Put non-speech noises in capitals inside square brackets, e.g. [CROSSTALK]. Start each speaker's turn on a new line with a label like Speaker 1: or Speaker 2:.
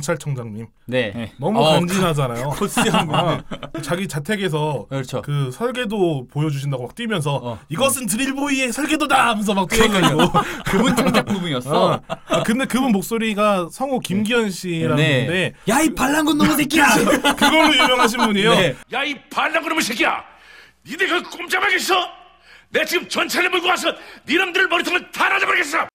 Speaker 1: 경찰청장님
Speaker 2: 네.
Speaker 3: 네.
Speaker 1: 너무
Speaker 2: 어, [LAUGHS]
Speaker 1: 간지나잖아요.
Speaker 3: 코스한 거.
Speaker 1: 자기 자택에서
Speaker 2: 그렇죠.
Speaker 1: 그 설계도 보여주신다고 막 뛰면서
Speaker 2: 어.
Speaker 1: 이것은 드릴보이의 설계도다 하면서 막 뛰어가지고 [LAUGHS]
Speaker 2: 그분 창작 [LAUGHS] 부분이었어.
Speaker 1: 어. 아, 근데 그분 목소리가 성우 김기현 씨라는
Speaker 2: 네.
Speaker 1: 분인데
Speaker 3: 야 이 반란군 놈의
Speaker 2: [LAUGHS]
Speaker 3: 새끼야.
Speaker 1: 그걸로 유명하신 분이에요.
Speaker 2: 네.
Speaker 4: 야 이 반란그놈의 새끼야 니네 그 꼼짝하겠어? 내가 지금 전차를 몰고 와서 니놈들 머리통을 다 날려버리겠어